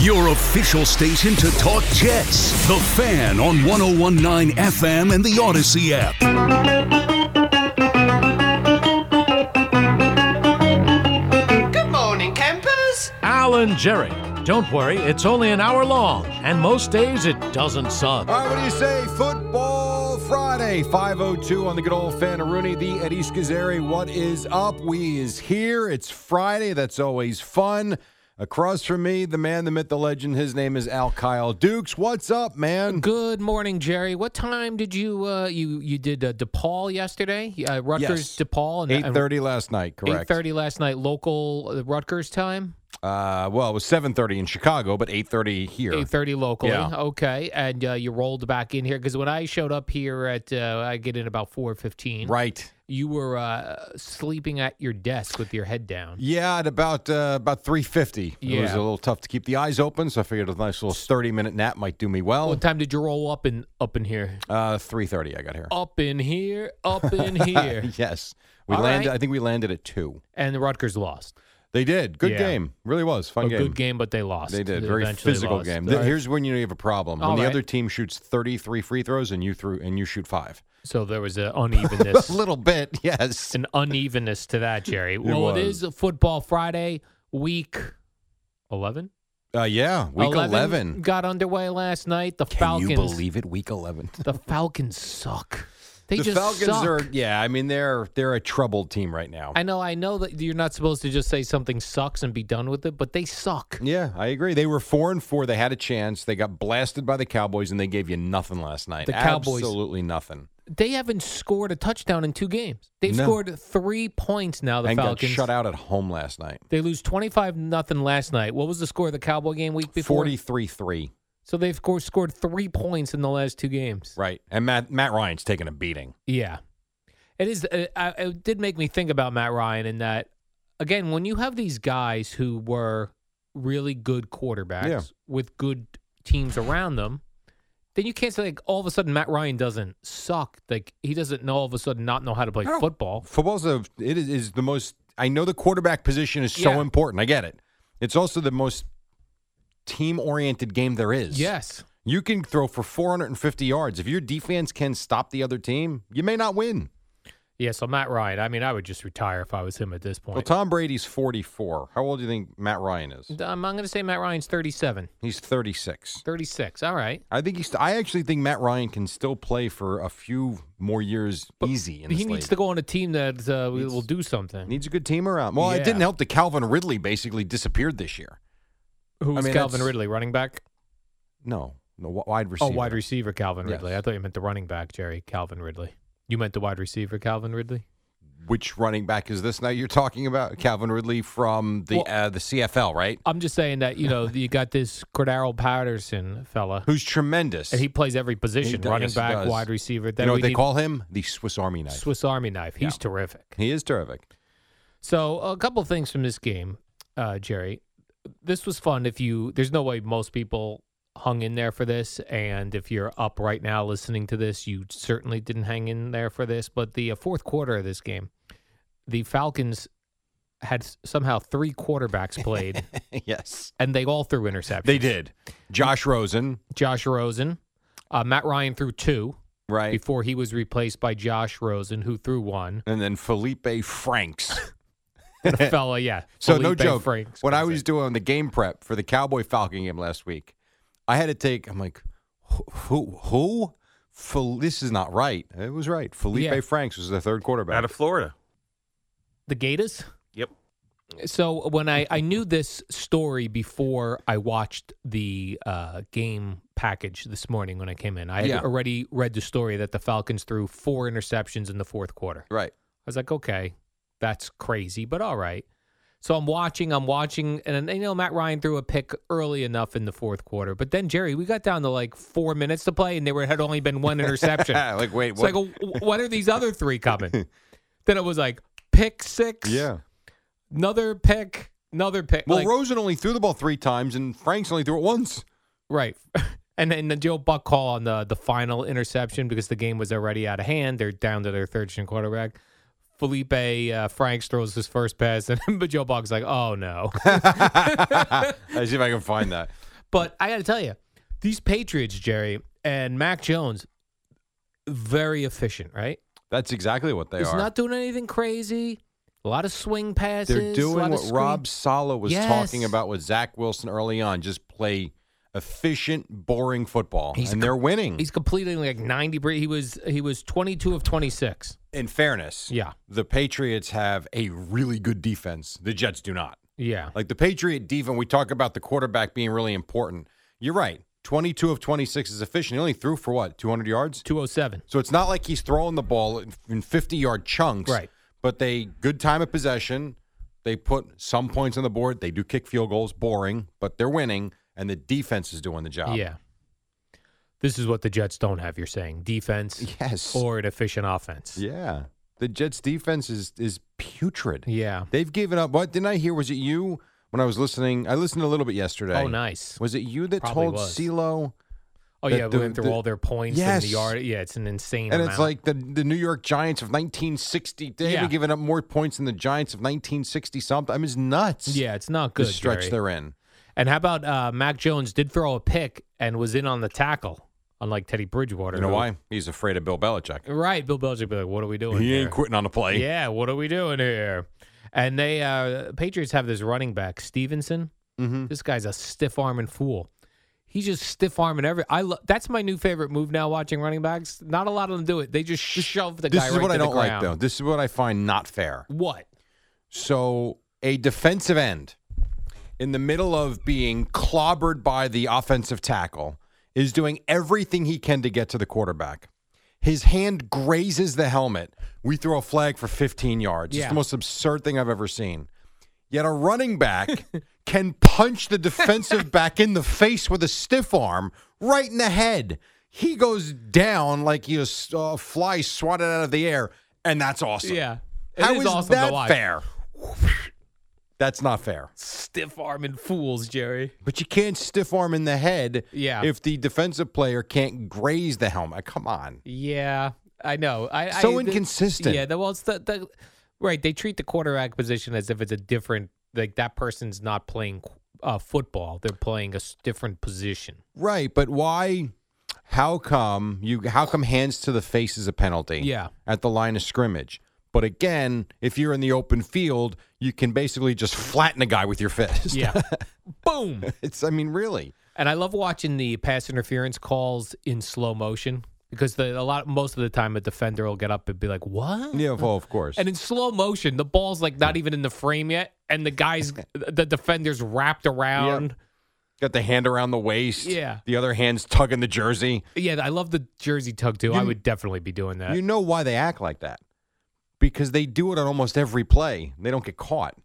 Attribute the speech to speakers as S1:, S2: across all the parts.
S1: Your official station to talk Jets. The Fan on 1019 FM and the Odyssey app.
S2: Good morning, campers.
S3: Alan Jerry. Don't worry, it's only an hour long, and most days it doesn't suck.
S4: All right, what do you say? Football Friday, 502 on the good old Fanaroonie, the Eddie Schizzeri. What is up? We is here. It's Friday. That's always fun. Across from me, the man, the myth, the legend. His name is Al Kyle Dukes. What's up, man?
S5: Good morning, Jerry. What time did you uh, you you did uh, DePaul yesterday? Uh, Rutgers
S4: Yes.
S5: DePaul and- and
S4: 8.30 last night, correct?
S5: 8:30 last night local uh, Rutgers time.
S4: Uh, well, it was 7.30 in Chicago, but 8.30 here.
S5: 8:30 locally.
S4: Yeah.
S5: Okay, and uh, you rolled back in here because when I showed up here at uh, I get in about 4:15.
S4: Right.
S5: You were uh, sleeping at your desk with your head down.
S4: Yeah, at about uh, about 3.50. It was
S5: Yeah.
S4: a little tough to keep the eyes open, so I figured a nice little 30-minute nap might do me well.
S5: What time did you roll up in up in here?
S4: Uh, 3.30 I got here.
S5: Up in here, up in here,
S4: Yes. We
S5: All
S4: landed.
S5: right.
S4: I think we landed at 2.
S5: and the Rutgers lost.
S4: They did. Good
S5: Yeah.
S4: game. Really was. Fun
S5: a
S4: game.
S5: good game, but they lost.
S4: They did. Very
S5: eventually
S4: physical
S5: lost.
S4: game.
S5: All
S4: Th-
S5: right.
S4: Here's when you have a problem. When
S5: All
S4: the
S5: right.
S4: other team shoots 33 free throws and you threw and you shoot 5.
S5: So there was an unevenness,
S4: A little bit. Yes.
S5: an unevenness to that, Jerry. Well, it
S4: was.
S5: is Football Friday, week 11?
S4: Uh, yeah, week 11.
S5: Got underway last night. The
S4: Can
S5: Falcons.
S4: you believe it? Week 11.
S5: The Falcons suck. They
S4: the
S5: just
S4: Falcons
S5: suck.
S4: are yeah, I mean they're they're a troubled team right now.
S5: I know, I know that you're not supposed to just say something sucks and be done with it, but they suck.
S4: yeah, I agree. They were 4 and 4. They had a chance. They got blasted by the Cowboys and they gave you nothing last night.
S5: The Cowboys-
S4: Absolutely nothing.
S5: They haven't scored a touchdown in two games. They've
S4: No.
S5: scored three points now. The
S4: and
S5: Falcons
S4: got shut out at home last night.
S5: They lose twenty-five nothing last night. What was the score of the Cowboy game week before?
S4: 43-3.
S5: So they've scored, scored three points in the last two games.
S4: Right. And Matt Matt Ryan's taking a beating.
S5: Yeah, it is. Uh, I, it did make me think about Matt Ryan in that again when you have these guys who were really good quarterbacks
S4: Yeah.
S5: with good teams around them, then you can't say like all of a sudden Matt Ryan doesn't suck. Like he doesn't know all of a sudden not know how to play
S4: I don't-
S5: football.
S4: Football's a it is, is the most. I know the quarterback position is so
S5: Yeah.
S4: important. I get it. It's also the most team oriented game there is.
S5: Yes.
S4: you can throw for 450 yards. If your defense can stop the other team, you may not win.
S5: Yeah, so Matt Ryan, I mean, I would just retire if I was him at this
S4: Well,
S5: point.
S4: Tom Brady's 44. How old do you think Matt Ryan is?
S5: Um, I'm going to say Matt Ryan's 37,
S4: He's 36.
S5: 36. All right.
S4: I think he's. I actually think Matt Ryan can still play for a few more years easy. In
S5: he
S4: this
S5: needs
S4: league.
S5: to go on a team that uh, will do something.
S4: Needs a good team around. Well, it
S5: Yeah.
S4: didn't help that Calvin Ridley basically disappeared this year.
S5: Who's
S4: I mean, that's-
S5: Calvin Ridley, running back?
S4: No, no wi- wide receiver.
S5: Oh, wide receiver Calvin
S4: Yes.
S5: Ridley. I thought you meant the running back, Jerry Calvin Ridley. You meant the wide receiver Calvin Ridley.
S4: Which running back is this now you're talking about? Calvin Ridley from the
S5: Well-
S4: uh, the CFL, right?
S5: I'm just saying that you know you got this Cordaro Patterson fella,
S4: Who's tremendous.
S5: and he plays every position:
S4: does-
S5: running
S4: yes, he
S5: back,
S4: does.
S5: wide receiver.
S4: you
S5: Then
S4: know
S5: we
S4: what they
S5: need
S4: call him? The Swiss Army knife.
S5: Swiss Army knife. He's terrific.
S4: He is terrific.
S5: So a couple things from this game, uh, Jerry. This was fun. If you, there's no way most people hung in there for this, and if you're up right now listening to this, you certainly didn't hang in there for this. But the uh, fourth quarter of this game, the Falcons had s- somehow three quarterbacks played,
S4: yes,
S5: and they all threw interceptions.
S4: they did. Josh Rosen,
S5: Josh Rosen, uh, Matt Ryan threw two
S4: right,
S5: before he was replaced by Josh Rosen, who threw one.
S4: and then Felipe Franks.
S5: And a fella, yeah.
S4: So no
S5: Felipe
S4: joke.
S5: Franks
S4: when I
S5: was
S4: was doing the game prep for the Cowboy Falcon game last week, I had to take. I'm like, who? Who? who? Fel- this is not right. It was right. Felipe
S5: Yeah.
S4: Franks was the third quarterback.
S6: Out of Florida.
S5: the Gators.
S6: Yep.
S5: So when I, I knew this story before I watched the uh, game package this morning when I came in, I had
S4: Yeah.
S5: already read the story that the Falcons threw four interceptions in the fourth quarter. I
S4: right.
S5: was like, okay, that's crazy, but all right. So I'm watching, I'm watching, and you know Matt Ryan threw a pick early enough in the fourth quarter, but then Jerry, we got down to like four minutes to play, and there had only been one interception.
S4: like, wait,
S5: It's like,
S4: what?
S5: "Well, what are these other three coming? then it was like pick six,
S4: yeah.
S5: another pick, another pick.
S4: Well,
S5: like-
S4: Rosen only threw the ball three times, and Franks only threw it once.
S5: Right. And then the Joe Buck call on the the final interception because the game was already out of hand. They're down to their third string quarterback. Felipe uh, Franks throws his first pass, and but Joe Buck's like, "Oh no!"
S4: I see if I can find that.
S5: but I got to tell you, these Patriots, Jerry and Mac Jones, very efficient, right?
S4: That's exactly what they
S5: He's
S4: are.
S5: not doing anything crazy. A lot of swing passes.
S4: They're
S5: a
S4: doing
S5: lot of
S4: what
S5: screen-
S4: Rob Sala was
S5: Yes.
S4: talking about with Zach Wilson early on. Just play efficient, boring football,
S5: He's
S4: and
S5: co-
S4: they're winning.
S5: He's completing like ninety. per- He was he was twenty two of twenty six.
S4: In fairness,
S5: Yeah.
S4: the Patriots have a really good defense. The Jets do not.
S5: Yeah.
S4: Like the Patriot defense, we talk about the quarterback being really important. You're right. 22 of 26 is efficient. He only threw for what, 200 yards?
S5: 207.
S4: So it's not like he's throwing the ball in- in 50 yard chunks.
S5: Right.
S4: But they, good time of possession. They put some points on the board. They do kick field goals, boring, but they're winning, and the defense is doing the job.
S5: Yeah. This is what the Jets don't have, you're saying. Defense
S4: Yes.
S5: or an efficient offense.
S4: Yeah. The Jets defense is is putrid.
S5: Yeah.
S4: They've given up. What didn't I hear? Was it you when I was listening? I listened a little bit yesterday.
S5: Oh, nice.
S4: Was it you that
S5: Probably
S4: told
S5: was.
S4: CeeLo?
S5: Oh,
S4: The-
S5: yeah.
S4: the-
S5: we went through
S4: the-
S5: all their points in
S4: Yes.
S5: the yard. Yeah, it's an insane
S4: And
S5: amount.
S4: it's like the, the New York Giants of 1960. They've
S5: Yeah.
S4: been giving up more points than the Giants of 1960 something. I mean, it's nuts.
S5: yeah, it's not
S4: The
S5: good.
S4: stretch
S5: Jerry.
S4: they're in.
S5: And how about uh, Mac Jones did throw a pick and was in on the tackle, unlike Teddy Bridgewater.
S4: You know
S5: who-
S4: why? He's afraid of Bill Belichick.
S5: Right. Bill Belichick be like, what are we doing
S4: He
S5: here?
S4: ain't quitting on a play.
S5: Yeah, what are we doing here? And they uh Patriots have this running back Stevenson.
S4: Mm-hmm.
S5: This guy's a stiff arming fool. He's just stiff arming every. I lo- that's my new favorite move now. Watching running backs, not a lot of them do it. They just shove the
S4: This
S5: guy.
S4: is
S5: right
S4: what
S5: to
S4: I
S5: the
S4: don't like, though.
S5: ground.
S4: This is what I find not fair.
S5: What?
S4: So, a defensive end in the middle of being clobbered by the offensive tackle is doing everything he can to get to the quarterback. His hand grazes the helmet. We throw a flag for 15 yards. It's
S5: Yeah.
S4: the most absurd thing I've ever seen. Yet a running back can punch the defensive back in the face with a stiff arm right in the head. He goes down like he was uh, a fly swatted out of the air, and that's awesome.
S5: Yeah, It
S4: How
S5: is
S4: is
S5: awesome
S4: that
S5: to watch.
S4: fair? That's not fair.
S5: Stiff arming fools, Jerry.
S4: But you can't stiff arm in the head
S5: Yeah.
S4: if the defensive player can't graze the helmet. Come on.
S5: Yeah, I know. I
S4: So
S5: I, the-
S4: inconsistent.
S5: Yeah, the, well, it's the, the right. They treat the quarterback position as if it's a different. Like that person's not playing uh, football; they're playing a s- different position.
S4: Right, but why how come you how come hands to the face is a penalty?
S5: Yeah.
S4: At the line of scrimmage. But again, if you're in the open field, you can basically just flatten a guy with your fist.
S5: Yeah, boom.
S4: It's I mean, really.
S5: And I love watching the pass interference calls in slow motion because the, a lot, most of the time, a defender will get up and be like, "What?"
S4: Yeah, well, of course.
S5: And in slow motion, the ball's like not even in the frame yet, and the guys, the defender's wrapped around.
S4: Got the hand around the waist.
S5: Yeah.
S4: The other hand's tugging the jersey.
S5: Yeah, I love the jersey tug too. I would definitely be doing that.
S4: You know why they act like that. Because they do it on almost every play. They don't get caught.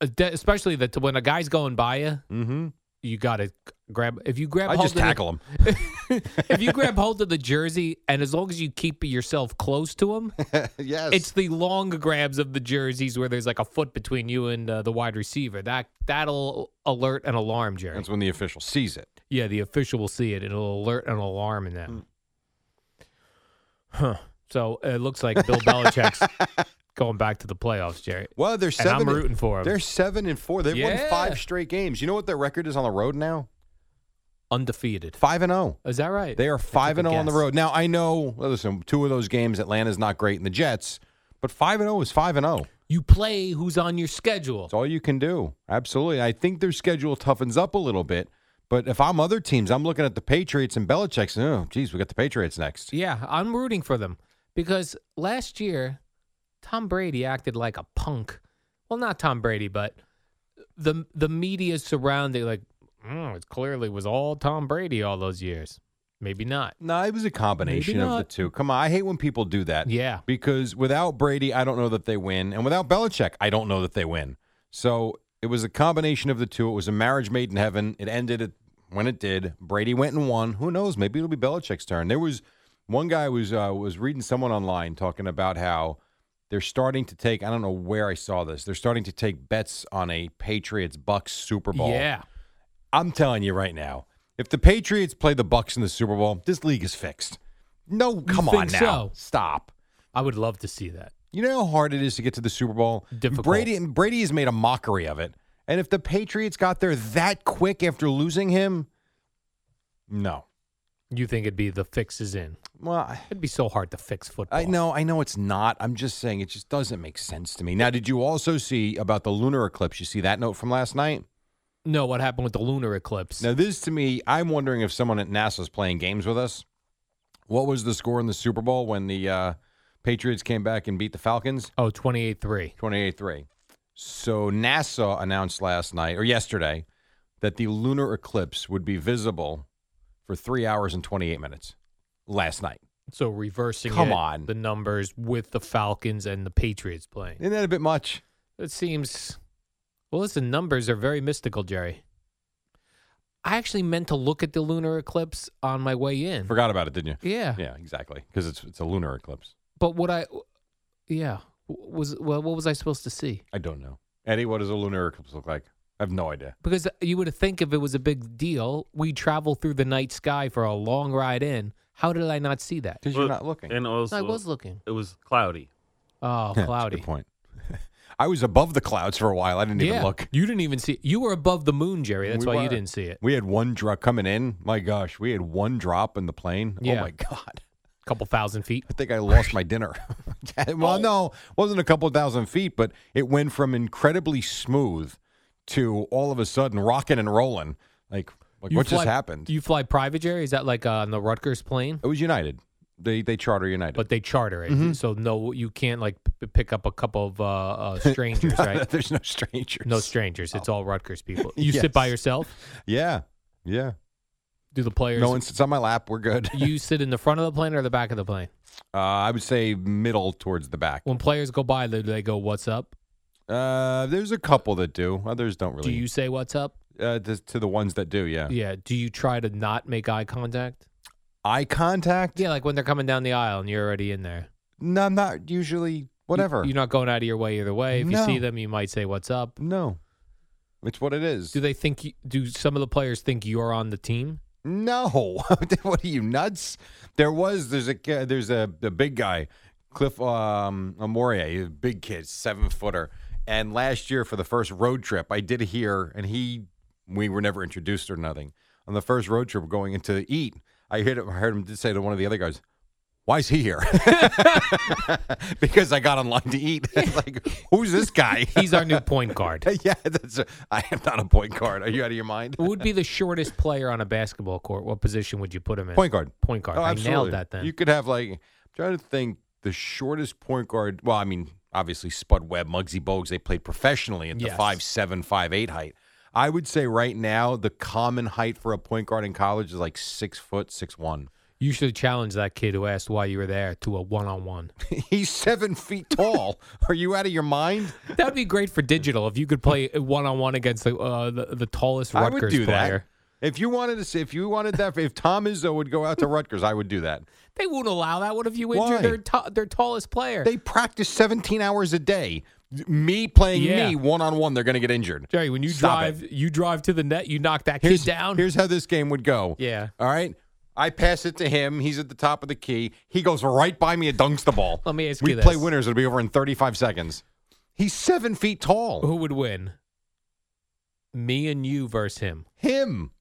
S5: Uh, de- especially that when a guy's going by you,
S4: Mm-hmm.
S5: you got to grab. If you grab,
S4: I
S5: hold
S4: just
S5: of the-
S4: tackle him.
S5: if you grab hold of the jersey, and as long as you keep yourself close to him,
S4: yes.
S5: It's the long grabs of the jerseys where there's like a foot between you and uh, the wide receiver. That that'll alert an alarm, Jerry.
S4: That's when the official sees it.
S5: yeah, the official will see it. It'll alert an alarm in them.
S4: Hmm.
S5: Huh. So it looks like Bill Belichick's going back to the playoffs, Jerry.
S4: Well, they're
S5: And
S4: seven.
S5: I'm rooting for him.
S4: They're seven and four. They've won
S5: Yeah.
S4: five straight games. You know what their record is on the road now?
S5: Undefeated.
S4: Five and zero.
S5: Is that right?
S4: They are five and zero on the
S5: guess.
S4: road. Now I know. well, Listen, two of those games, Atlanta's not great in the Jets, but five and zero is five and zero.
S5: You play who's on your schedule.
S4: It's all you can do. Absolutely. I think their schedule toughens up a little bit. But if I'm other teams, I'm looking at the Patriots and Belichick's. and, Oh, geez, we got the Patriots next.
S5: Yeah, I'm rooting for them because last year Tom Brady acted like a punk. Well, not Tom Brady, but the the media surrounding like mm, it clearly was all Tom Brady all those years. Maybe not.
S4: No, it was a combination
S5: Maybe
S4: of the
S5: not.
S4: two. Come on, I hate when people do that.
S5: Yeah.
S4: Because without Brady, I don't know that they win. And without Belichick, I don't know that they win. So it was a combination of the two. It was a marriage made in heaven. It ended it when it did. Brady went and won. Who knows? Maybe it'll be Belichick's turn. There was one guy was uh, was reading someone online talking about how they're starting to take. I don't know where I saw this. They're starting to take bets on a Patriots Bucks Super Bowl.
S5: Yeah.
S4: I'm telling you right now, if the Patriots play the Bucks in the Super Bowl, this league is fixed. No, come on
S5: think
S4: now,
S5: so?
S4: stop.
S5: I would love to see that.
S4: You know how hard it is to get to the Super Bowl.
S5: Difficult.
S4: Brady Brady has made a mockery of it. And if the Patriots got there that quick after losing him, no.
S5: You think it'd be the fix is in.
S4: Well, I,
S5: It'd be so hard to fix football.
S4: I know, I know it's not. I'm just saying it just doesn't make sense to me. Now, did you also see about the lunar eclipse? You see that note from last night?
S5: No, what happened with the lunar eclipse?
S4: Now, this to me, I'm wondering if someone at NASA is playing games with us. What was the score in the Super Bowl when the uh, Patriots came back and beat the Falcons?
S5: Oh, 28-3.
S4: 28 3. So NASA announced last night or yesterday that the lunar eclipse would be visible for three hours and 28 minutes last night.
S5: So reversing
S4: Come
S5: it,
S4: on.
S5: the numbers with the Falcons and the Patriots playing.
S4: Isn't that a bit much?
S5: It seems. Well, listen, numbers are very mystical, Jerry. I actually meant to look at the lunar eclipse on my way in.
S4: Forgot about it, didn't you?
S5: Yeah.
S4: Yeah, exactly. Because it's, it's a lunar eclipse.
S5: But what I, yeah, w- was well, what was I supposed to see?
S4: I don't know. Eddie, what does a lunar eclipse look like? I have no idea.
S5: Because you would think if it was a big deal, we travel through the night sky for a long ride in. How did I not see that?
S4: Because you're not looking.
S6: And also,
S5: I was looking.
S6: it was cloudy.
S5: Oh,
S4: Yeah, that's a
S5: cloudy.
S4: Good point. I was above the clouds for a while. I didn't even
S5: yeah.
S4: look.
S5: You didn't even see. You were above the moon, Jerry. That's
S4: We
S5: why
S4: were.
S5: you didn't see it.
S4: We had one drop coming in. My gosh, we had one drop in the plane. Oh
S5: Yeah.
S4: my god.
S5: A couple thousand feet.
S4: I think I lost my dinner. well, no, wasn't a couple thousand feet, but it went from incredibly smooth to all of a sudden rocking and rolling. Like, like
S5: You
S4: what just
S5: fly-
S4: happened?
S5: You fly private, Jerry? Is that like uh, on the Rutgers plane?
S4: it was United. They they charter United.
S5: But they charter it,
S4: Mm-hmm.
S5: so no, you can't like p- pick up a couple of uh, uh, strangers, right?
S4: There's no strangers.
S5: No strangers. It's all Rutgers people. You sit by
S4: Yes.
S5: yourself.
S4: Yeah, yeah.
S5: Do the players?
S4: No one sits on my lap. We're good.
S5: you sit in the front of the plane or the back of the plane?
S4: Uh, I would say middle towards the back.
S5: When players go by, do they go, "What's up"?
S4: Uh, there's a couple that do. Others don't really.
S5: Do you say "What's up"?
S4: uh, to, to the ones that do, yeah.
S5: Yeah. Do you try to not make eye contact?
S4: Eye contact?
S5: Yeah, like when they're coming down the aisle and you're already in there.
S4: No, I'm not usually.
S5: You-
S4: Whatever.
S5: You're not going out of your way either way. If you
S4: No.
S5: see them, you might say, "What's up."
S4: no. It's what it is.
S5: Do they think? You, do some of the players think you're on the team?
S4: No, what are you nuts? There was there's a ki- there's a the big guy, Cliff um, Amoria, he's a big kid, seven footer. And last year for the first road trip, I did hear, and he we were never introduced or nothing. On the first road trip going into eat, I heard him, I heard him did say to one of the other guys, "Why is he here?" because I got online to eat. like, who's this guy?
S5: He's our new point guard.
S4: yeah, that's. A, I am not a point guard. Are you out of your mind?
S5: Who would be the shortest player on a basketball court? What position would you put him in?
S4: Point guard.
S5: Point guard.
S4: Oh,
S5: I
S4: absolutely.
S5: nailed that then.
S4: You could have like I'm trying to think the shortest point guard. Well, I mean, obviously Spud Webb, Muggsy Bogues, they played professionally at the
S5: Yes.
S4: five seven, five eight height. I would say right now the common height for a point guard in college is like six foot six one.
S5: You should challenge that kid who asked why you were there to a one-on-one.
S4: He's seven feet tall. Are you out of your mind?
S5: That'd be great for digital if you could play one-on-one against the uh, the, the tallest
S4: I
S5: Rutgers
S4: would do
S5: player.
S4: that. If you wanted to, see, if you wanted that, if Tom Izzo would go out to Rutgers, I would do that.
S5: They won't allow that. What if you
S4: Why?
S5: injure their ta- their tallest player?
S4: They practice 17 hours a day. Me playing
S5: Yeah.
S4: me one on one, they're going to get injured.
S5: Jerry, when you
S4: Stop it.
S5: drive, you drive to the net, you knock that
S4: here's,
S5: kid down.
S4: Here's how this game would go.
S5: Yeah.
S4: All right. I pass it to him. He's at the top of the key. He goes right by me and dunks the ball.
S5: Let me ask
S4: we
S5: you
S4: play
S5: this.
S4: winners. It'll be over in 35 seconds. He's seven feet tall.
S5: Who would win? Me and you versus him
S4: Him.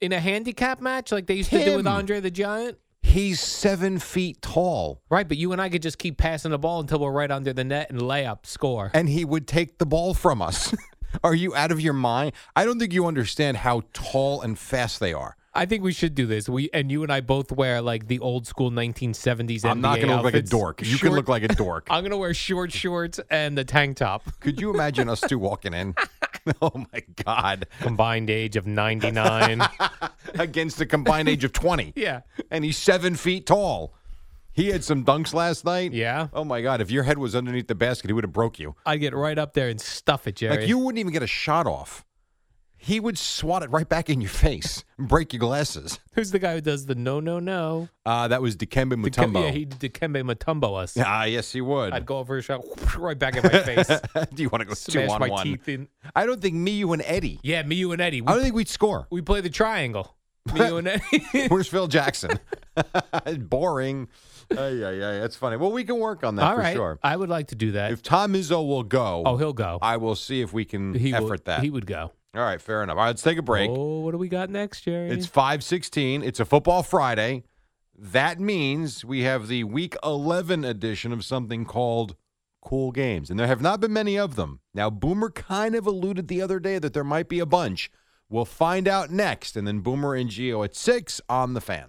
S5: in a handicap match, like they used to do with
S4: Him.
S5: Andre the Giant.
S4: He's seven feet tall.
S5: Right, but you and I could just keep passing the ball until we're right under the net and lay up, score.
S4: And he would take the ball from us. are you out of your mind? I don't think you understand how tall and fast they are.
S5: I think we should do this. We and you and I both wear like the old school 1970s.
S4: I'm not
S5: going
S4: going
S5: to
S4: to look like a dork. You can look like a dork.
S5: I'm going to wear short shorts and the tank top.
S4: Could you imagine us two walking in? Oh my God.
S5: Combined age of 99.
S4: Against a combined age of 20.
S5: yeah.
S4: and he's seven feet tall. He had some dunks last night.
S5: Yeah.
S4: Oh my God! If your head was underneath the basket, he would have broke you.
S5: I'd get right up there and stuff it, Jerry.
S4: Like you wouldn't even get a shot off. He would swat it right back in your face and break your glasses.
S5: Who's the guy who does the no, no, no?
S4: Uh, that was Dikembe
S5: Dikembe-
S4: Mutombo.
S5: Yeah, he'd Dikembe Mutombo us.
S4: Ah, yes, he would.
S5: I'd go over his shot, whoosh, right back in my face.
S4: Do you want to go two
S5: Smash
S4: on
S5: my
S4: one?
S5: teeth in.
S4: I don't think me, you, and Eddie.
S5: Yeah, me, you, and Eddie.
S4: I don't
S5: We,
S4: think we'd score.
S5: we play the triangle. Me, you, and Eddie.
S4: Where's Phil Jackson? Boring. Yeah, yeah, that's funny. Well, we can work on that
S5: All
S4: for
S5: right.
S4: sure.
S5: I would like to do that.
S4: If Tom Izzo will go,
S5: oh, he'll go.
S4: I will see if we can
S5: he
S4: effort
S5: would,
S4: that.
S5: He would go.
S4: All right, fair enough. All right, let's take a break.
S5: Oh, what do we got next, Jerry?
S4: It's 516. It's a football Friday. That means we have the week 11 edition of something called Cool Games. And there have not been many of them. Now, Boomer kind of alluded the other day that there might be a bunch. We'll find out next. And then Boomer and Geo at 6 on the fan.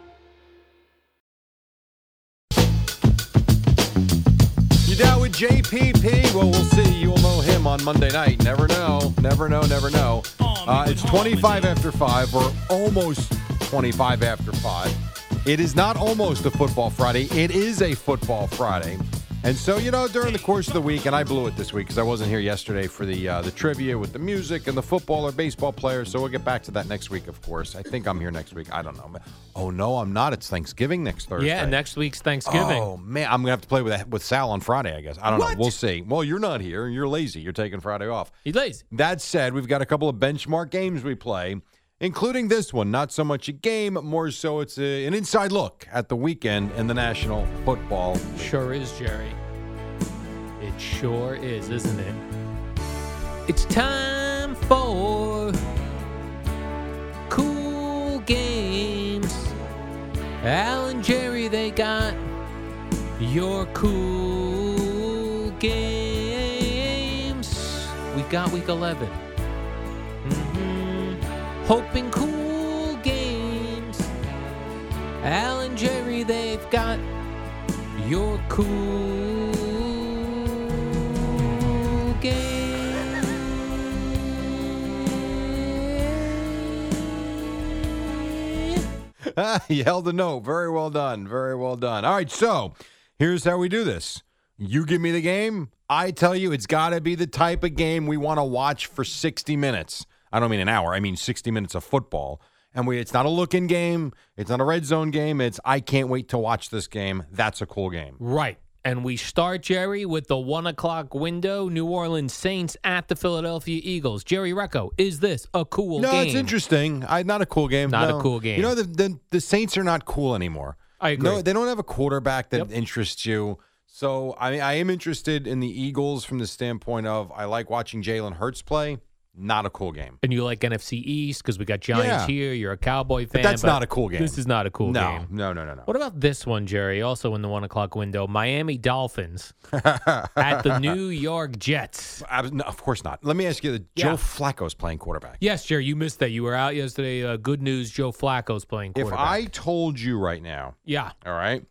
S4: You down with JPP? Well, we'll see. You'll know him on Monday night. Never know. Never know. Never know. Uh, it's 25 after 5, or almost 25 after 5. It is not almost a football Friday, it is a football Friday. And so, you know, during the course of the week, and I blew it this week because I wasn't here yesterday for the uh, the trivia with the music and the football or baseball players. So we'll get back to that next week, of course. I think I'm here next week. I don't know. Oh no, I'm not. It's Thanksgiving next Thursday.
S5: yeah, next week's Thanksgiving.
S4: Oh man, I'm gonna have to play with with Sal on Friday. I guess I don't know. We'll see. Well, you're not here. You're lazy. You're taking Friday off.
S5: He lays.
S4: That said, we've got a couple of benchmark games we play, including this one. Not so much a game, more so it's a, an inside look at the weekend in the National Football. League.
S5: Sure is, Jerry. It sure is, isn't it? It's time for cool games. Al and Jerry, they got your cool games. We got week 11. hmm Hoping cool games. Al and Jerry, they've got your cool game.
S4: Ah, you held a note. Very well done. Very well done. All right, so here's how we do this. You give me the game. I tell you it's got to be the type of game we want to watch for 60 minutes. I don't mean an hour. I mean 60 minutes of football. And we it's not a look-in game. It's not a red zone game. It's I can't wait to watch this game. That's a cool game.
S5: Right. And we start, Jerry, with the one o'clock window New Orleans Saints at the Philadelphia Eagles. Jerry Recco, is this a cool
S4: no,
S5: game?
S4: it's interesting. I not a cool game.
S5: Not a
S4: no.
S5: cool game.
S4: You know the, the the Saints are not cool anymore.
S5: I agree.
S4: No, they don't have a quarterback that
S5: Yep.
S4: interests you. So I I am interested in the Eagles from the standpoint of I like watching Jalen Hurts play. Not a cool game.
S5: and you like NFC East because we got Giants
S4: Yeah.
S5: here. You're a Cowboy fan.
S4: But that's not a cool game.
S5: This is not a cool
S4: no,
S5: game.
S4: No, no, no, no.
S5: What about this one, Jerry? Also in the one o'clock window, Miami Dolphins at the New York Jets.
S4: I was- no, of course not. Let me ask you.
S5: Yeah.
S4: Joe Flacco's playing quarterback.
S5: Yes, Jerry, you missed that. You were out yesterday. Uh, good news: Joe Flacco's playing
S4: If
S5: quarterback.
S4: I told you right now,
S5: yeah,
S4: all right,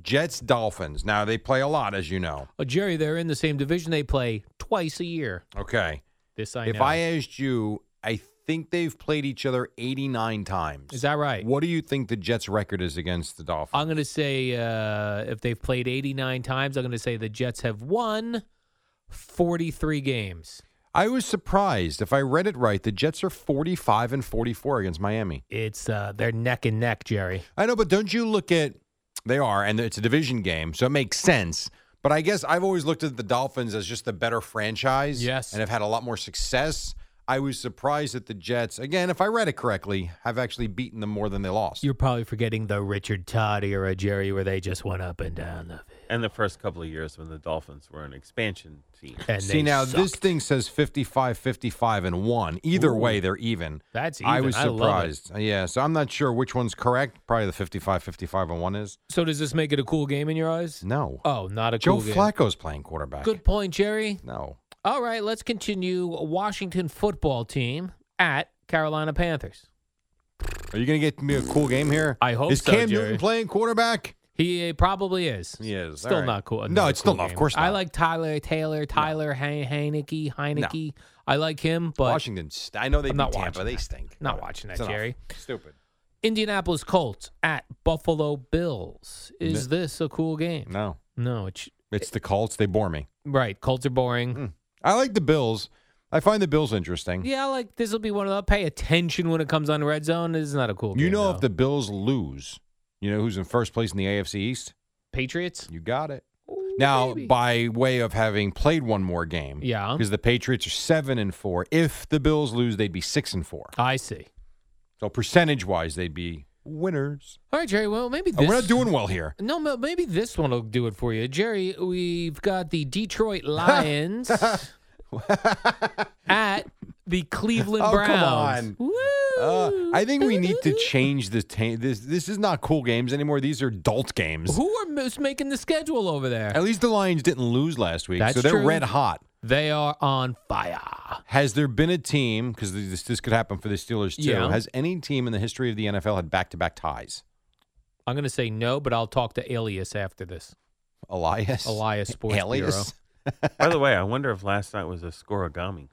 S4: Jets Dolphins. Now they play a lot, as you know.
S5: Uh, Jerry, they're in the same division. They play twice a year.
S4: Okay.
S5: This I
S4: if
S5: know.
S4: I asked you, I think they've played each other 89 times.
S5: Is that right?
S4: What do you think the Jets' record is against the Dolphins?
S5: I'm going to say uh, if they've played 89 times, I'm going to say the Jets have won 43 games.
S4: I was surprised. If I read it right, the Jets are 45 and 44 against Miami.
S5: It's uh, they're neck and neck, Jerry.
S4: I know, but don't you look at they are, and it's a division game, so it makes sense. But I guess I've always looked at the Dolphins as just the better franchise.
S5: Yes.
S4: And have had a lot more success. I was surprised that the Jets, again, if I read it correctly, have actually beaten them more than they lost.
S5: You're probably forgetting the Richard Todd era, Jerry, where they just went up and down the
S7: And the first couple of years when the Dolphins were an expansion team.
S5: and
S4: See,
S5: they
S4: now this
S5: sucked.
S4: thing says 55, 55, and 1. Either way, they're even.
S5: That's
S4: I
S5: even.
S4: was
S5: I love it.
S4: surprised. Uh, yeah, so I'm not sure which one's correct. Probably the 55, 55, and 1 is.
S5: So does this make it a cool game in your eyes?
S4: No. Uh,
S5: Oh, not a
S4: Joe
S5: cool game.
S4: Flacco's playing quarterback.
S5: Good point, Jerry.
S4: No.
S5: All right, let's continue. Washington football team at Carolina Panthers.
S4: Are you going to get me a cool game here?
S5: I hope
S4: Is
S5: so,
S4: Cam
S5: Jerry.
S4: Newton playing quarterback?
S5: He probably is.
S4: He is.
S5: Still
S4: All right.
S5: not cool.
S4: No,
S5: a
S4: it's still
S5: cool
S4: not. Of
S5: game.
S4: course
S5: I
S4: not.
S5: like Tyler Taylor, Tyler Hein- Heineke, Heineke. I like him, but
S4: Washington. st- I know they beat
S5: I'm not
S4: Tampa.
S5: watching
S4: They
S5: that.
S4: stink.
S5: Not
S4: All right.
S5: watching that,
S4: It's enough.
S5: Jerry.
S4: Stupid.
S5: Indianapolis Colts at Buffalo Bills. Is this a cool game?
S4: No.
S5: No, it's
S4: It's the Colts. They bore me.
S5: right. Colts are boring.
S4: I like the Bills. I find the Bills interesting.
S5: Yeah, like this will be one of the pay attention when it comes on red zone. This is not a cool game.
S4: you know,
S5: though.
S4: if the Bills lose, you know who's in first place in the AFC East?
S5: Patriots.
S4: You got it. now,
S5: baby.
S4: by way of having played one more game,
S5: Yeah.
S4: because the Patriots are seven and four. If the Bills lose, they'd be six and four.
S5: I see.
S4: So percentage wise, they'd be winners.
S5: All right, Jerry. Well, maybe this,
S4: And we're not doing well here.
S5: No, ma- maybe this one will do it for you, Jerry. We've got the Detroit Lions at the Cleveland
S4: Oh, come on.
S5: Browns. Woo!
S4: Uh, I think we need to change this. Ta- this this is not cool games anymore. These are adult games.
S5: Who are most making the schedule over there?
S4: At least the Lions didn't lose last week,
S5: That's
S4: so they're
S5: true.
S4: red hot.
S5: They are on fire.
S4: Has there been a team because this this could happen for the Steelers too?
S5: Yeah.
S4: Has any team in the history of the NFL had back to back ties?
S5: I'm going to say no, but I'll talk to Alias after this.
S4: Elias,
S5: Elias Sports
S4: Elias.
S7: By the way, I wonder if last night was a scoregami.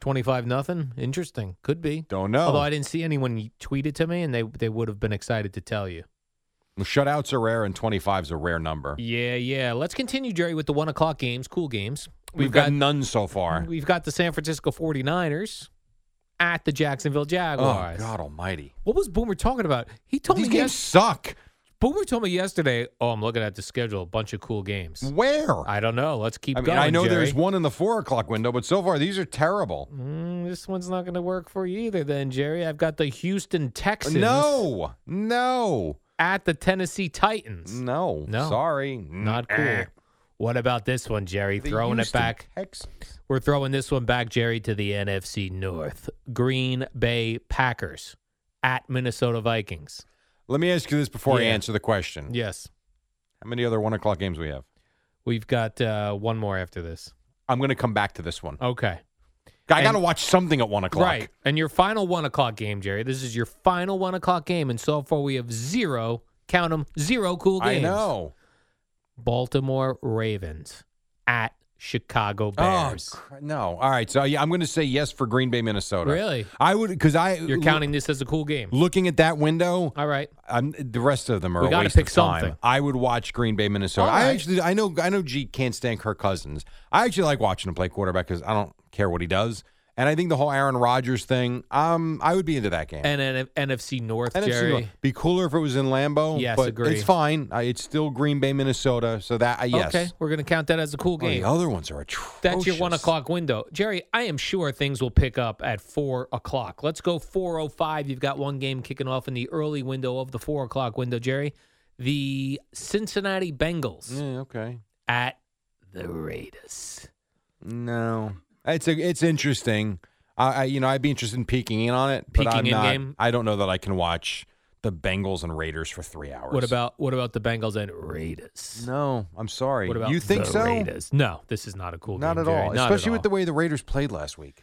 S5: 25 nothing. Interesting. Could be.
S4: Don't know.
S5: Although I didn't see anyone tweet it to me, and they, they would have been excited to tell you.
S4: Shutouts are rare, and twenty five is a rare number.
S5: Yeah, yeah. Let's continue, Jerry, with the one o'clock games. Cool games.
S4: We've, got, none so far.
S5: We've got the San Francisco 49ers at the Jacksonville
S4: Oh
S5: Jaguars.
S4: God Almighty!
S5: What was Boomer talking about? He told
S4: These
S5: me
S4: games
S5: yes,
S4: suck.
S5: Boomer told me yesterday, "Oh, I'm looking at the schedule, a bunch of cool games."
S4: Where?
S5: I don't know. Let's keep
S4: I mean,
S5: going.
S4: I know
S5: Jerry.
S4: there's one in the four o'clock window, but so far these are terrible.
S5: Mm, this one's not going to work for you either then, Jerry. I've got the Houston Texans
S4: No, no,
S5: at the Tennessee Titans.
S4: no,
S5: No.
S4: Sorry,
S5: Not cool. What about this one, Jerry?
S4: eh. The
S5: Throwing it
S4: Houston
S5: back.
S4: Texans.
S5: We're throwing this one back, Jerry, to the NFC North. Green Bay Packers at Minnesota Vikings.
S4: Let me ask you this before I
S5: Yeah.
S4: answer the question.
S5: Yes.
S4: How many other one o'clock games we have?
S5: We've got uh, one more after this.
S4: I'm going to come back to this one.
S5: Okay.
S4: I got to
S5: and-
S4: watch something at one o'clock.
S5: Right. And your final one o'clock game, Jerry. This is your final one o'clock game. And so far, we have zero, count them, zero cool
S4: I
S5: games.
S4: know.
S5: Baltimore Ravens at Chicago Bears.
S4: Oh cr- no! All right, so yeah, I'm going to say yes for Green Bay, Minnesota.
S5: Really?
S4: I would because I
S5: You're counting this as a cool game.
S4: Looking at that window,
S5: All right.
S4: I'm, the rest of them are
S5: We
S4: a
S5: gotta
S4: waste
S5: pick
S4: of time.
S5: something.
S4: I would watch Green Bay, Minnesota.
S5: All
S4: I
S5: right.
S4: actually, I know, I know, G can't stand Kirk Cousins. I actually like watching him play quarterback because I don't care what he does, and I think the whole Aaron Rodgers thing. Um, I would be into that game.
S5: And an NFC North,
S4: NFC
S5: Jerry.
S4: will be cooler if it was in Lambeau.
S5: Yes,
S4: but
S5: agree.
S4: It's fine. Uh, it's still Green Bay, Minnesota. So that uh, yes.
S5: Okay. We're going to count that as a cool
S4: Oh, the
S5: game.
S4: other ones are atrocious.
S5: That's your one o'clock window, Jerry. I am sure things will pick up at four o'clock. Let's go four o five. You've got one game kicking off in the early window of the four o'clock window, Jerry. The Cincinnati Bengals
S4: Yeah, okay.
S5: at the Raiders.
S4: No, it's a, it's interesting. I, I you know I'd be interested in peeking in on it, but
S5: Peeking
S4: I'm
S5: in
S4: not.
S5: game?
S4: I don't know that I can watch the Bengals and Raiders for three hours.
S5: What about what about the Bengals and Raiders?
S4: No, I'm sorry.
S5: What about
S4: you think
S5: the
S4: so?
S5: Raiders? No, this is not a cool
S4: Not
S5: game.
S4: at
S5: Jerry.
S4: all.
S5: Not
S4: Especially
S5: at
S4: with the way the Raiders played last week.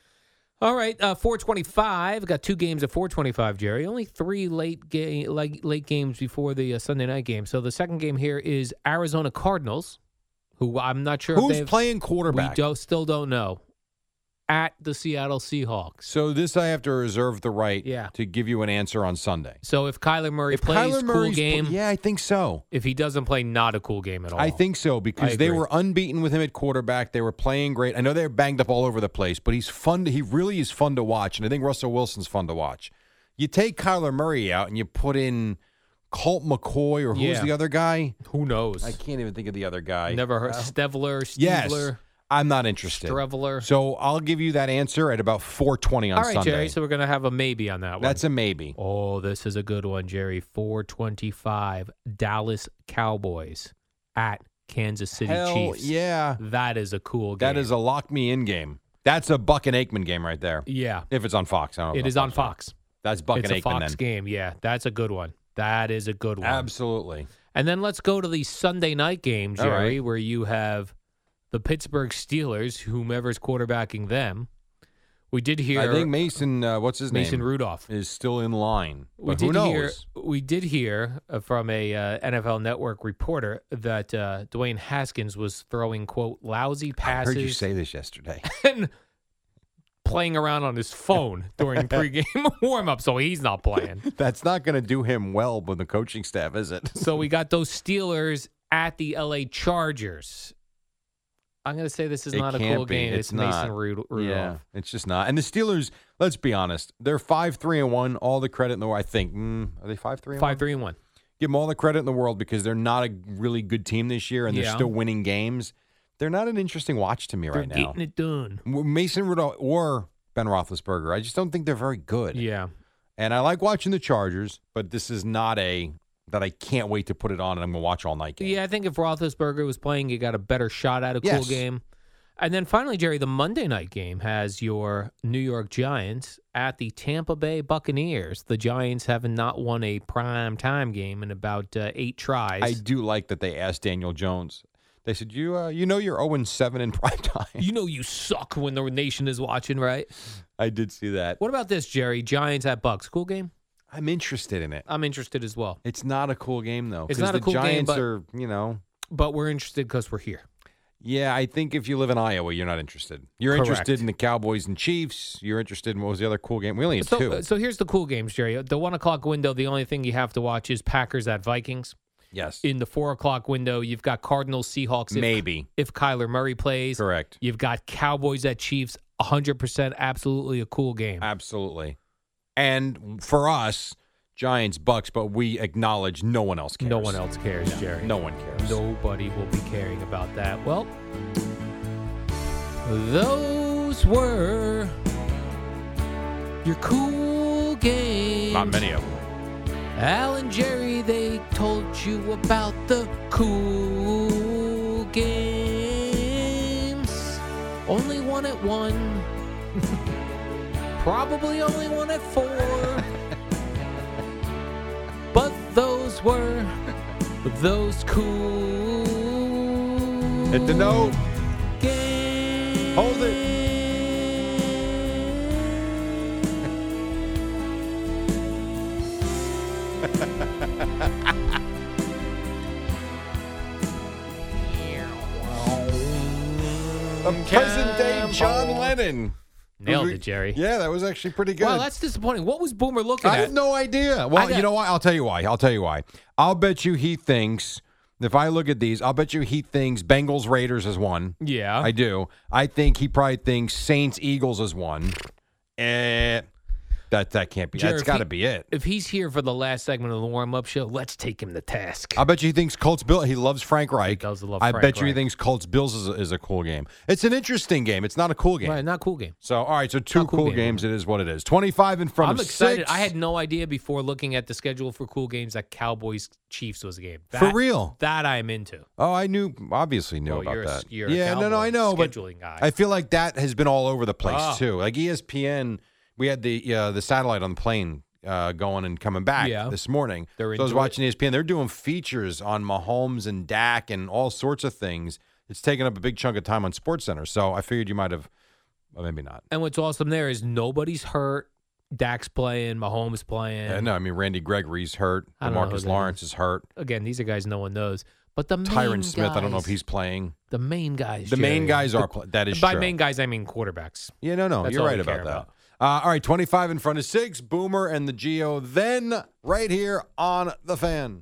S5: All right, uh, four twenty-five. Got two games at four twenty-five, Jerry. Only three late game, like late games before the uh, Sunday night game. So the second game here is Arizona Cardinals, who I'm not sure if
S4: Who's
S5: they've,
S4: playing
S5: We
S4: quarterback?
S5: do, still don't know. At the Seattle Seahawks.
S4: So this I have to reserve the right
S5: Yeah.
S4: to give you an answer on Sunday.
S5: So if Kyler Murray
S4: If
S5: plays,
S4: Kyler
S5: cool
S4: Murray's pl-
S5: game.
S4: yeah, I think so.
S5: If he doesn't play, not a cool game at all.
S4: I think so because they
S5: Oh, agree.
S4: were unbeaten with him at quarterback. They were playing great. I know they're banged up all over the place, but he's fun. To, he really is fun to watch, and I think Russell Wilson's fun to watch. You take Kyler Murray out and you put in Colt McCoy or who's
S5: Yeah.
S4: the other guy?
S5: Who knows?
S4: I can't even think of the other guy. Uh,
S5: Never heard Stevler. Stevler.
S4: Yes. I'm not interested.
S5: Streveler.
S4: So I'll give you that answer at about 4:20 on
S5: All right,
S4: Sunday.
S5: Jerry. So we're gonna have a maybe on that one.
S4: That's a maybe.
S5: Oh, this is a good one, Jerry. 425 Dallas Cowboys at Kansas City
S4: Hell
S5: Chiefs.
S4: yeah.
S5: That is a cool game.
S4: That is a lock me in game. That's a Buck and Aikman game right there.
S5: Yeah.
S4: If it's on Fox, I don't know.
S5: It
S4: if
S5: is on Fox.
S4: That's Buck
S5: it's
S4: and
S5: a
S4: Aikman
S5: Fox
S4: then.
S5: game. Yeah. That's a good one. That is a good one.
S4: Absolutely.
S5: And then let's go to the Sunday night game,
S4: All right.
S5: Jerry, where you have the Pittsburgh Steelers, whomever's quarterbacking them. We did hear
S4: I think Mason, uh, what's his
S5: Mason
S4: name,
S5: Rudolph.
S4: is still in line.
S5: We
S4: But
S5: did
S4: who knows?
S5: hear we did hear uh, from a uh, NFL Network reporter that uh, Dwayne Haskins was throwing quote lousy
S4: I
S5: passes
S4: heard you say this yesterday.
S5: and playing around on his phone during pregame warm up, so he's not playing.
S4: That's not going to do him well with the coaching staff, is it?
S5: so we got those Steelers at the LA Chargers. I'm gonna say this is
S4: It
S5: not a
S4: can't
S5: cool
S4: be.
S5: game. It's,
S4: not.
S5: Mason Ru- Rudolph.
S4: Yeah, it's just not. And the Steelers, let's be honest, they're five three and one. All the credit in the world. I think mm, are they five three?
S5: Five, three, and one.
S4: Give them all the credit in the world because they're not a really good team this year, and they're
S5: Yeah.
S4: still winning games. They're not an interesting watch to me right
S5: They're
S4: now.
S5: getting it done.
S4: W- Mason Rudolph or Ben Roethlisberger, I just don't think they're very good.
S5: Yeah.
S4: And I like watching the Chargers, but this is not a that I can't wait to put it on and I'm going to watch all night game.
S5: Yeah, I think if Roethlisberger was playing, you got a better shot at a cool
S4: Yes.
S5: game. And then finally, Jerry, the Monday night game has your New York Giants at the Tampa Bay Buccaneers. The Giants have not won a prime time game in about uh, eight tries.
S4: I do like that they asked Daniel Jones. They said, "You, uh, you know, you're 0 7 in prime time."
S5: you know you suck when the nation is watching, right?
S4: I did see that.
S5: What about this, Jerry? Giants at Bucks. Cool game.
S4: I'm interested in it.
S5: I'm interested as well.
S4: It's not a cool game though.
S5: It's
S4: 'cause
S5: not a
S4: the
S5: cool game,
S4: Giants
S5: but-
S4: are, you know.
S5: But we're interested because we're here.
S4: Yeah, I think if you live in Iowa, you're not interested. You're
S5: Correct.
S4: interested in the Cowboys and Chiefs. You're interested in what was the other cool game? We only had
S5: So, uh,
S4: two.
S5: so here's the cool games, Jerry. The one o'clock window, the only thing you have to watch is Packers at Vikings.
S4: yes,
S5: in the four o'clock window. You've got Cardinals, Seahawks. If,
S4: maybe
S5: if Kyler Murray plays,
S4: correct.
S5: You've got Cowboys at Chiefs. hundred percent, absolutely a cool game.
S4: Absolutely. And for us, Giants Bucks, but we acknowledge no one else cares.
S5: No one else cares, Jerry.
S4: No one cares.
S5: Nobody will be caring about that. Well, those were your cool games.
S4: Not many of them.
S5: Al and Jerry, they told you about the cool games. Only one at one. Probably only one at four. but those were those cool
S4: Hit the note.
S5: games.
S4: Hold it. A present day John Lennon.
S5: Nailed
S4: We-
S5: it, Jerry.
S4: Yeah, that was actually pretty good.
S5: Wow, that's disappointing. What was Boomer looking
S4: I
S5: at?
S4: have no idea. Well,
S5: got-
S4: you know what? I'll tell you why. I'll tell you why. I'll bet you he thinks. If I look at these, I'll bet you he thinks Bengals Raiders is one.
S5: yeah.
S4: I do. I think he probably thinks Saints Eagles is one. Eh, that that can't be.
S5: Jared,
S4: that's
S5: if
S4: got
S5: he-
S4: to be it.
S5: if he's here for the last segment of the warm up show, let's take him to task.
S4: I bet you he thinks Colts Bill. He loves Frank Reich.
S5: does love
S4: I
S5: Frank
S4: bet you he
S5: Reich.
S4: thinks Colts Bills is a, is a cool game. It's an interesting game. It's not a cool game.
S5: Right, not cool game.
S4: So all right, so two
S5: Not cool
S4: cool,
S5: game.
S4: games. It is what it is. Twenty five in front
S5: I'm
S4: of
S5: excited.
S4: six.
S5: I had no idea before looking at the schedule for cool games that Cowboys Chiefs was a game.
S4: For
S5: That-
S4: real?
S5: That I'm into.
S4: Oh, I knew. Obviously knew
S5: Well,
S4: about
S5: you're a-
S4: that.
S5: you're a
S4: yeah, no, no, I know.
S5: Cowboy
S4: But
S5: scheduling guy.
S4: I feel like that has been all over the place
S5: Ah.
S4: too. Like E ESPN, we had the uh, the satellite on the plane uh, going and coming back
S5: Yeah.
S4: this morning.
S5: They're
S4: so I was
S5: into it.
S4: watching E ESPN. They're doing features on Mahomes and Dak and all sorts of things. It's taking up a big chunk of time on SportsCenter. So I figured you might have, well, maybe not.
S5: And what's awesome there is nobody's hurt. Dax playing, Mahomes playing.
S4: Uh, no, I mean Randy Gregory's hurt.
S5: I don't know who
S4: Marcus
S5: that
S4: Lawrence is hurt.
S5: Again, these are guys no one knows. But the main
S4: Tyron Smith. I don't know
S5: guys-
S4: if he's playing.
S5: the main guys.
S4: The main
S5: Jerry.
S4: guys
S5: The-
S4: are. pl- that is
S5: by
S4: true.
S5: main guys I mean quarterbacks.
S4: Yeah, no, no,
S5: That's
S4: you're
S5: all
S4: right
S5: we
S4: about
S5: care
S4: that.
S5: about.
S4: Uh, all right, 25 in front of six, Boomer and the Geo, then right here on the fan.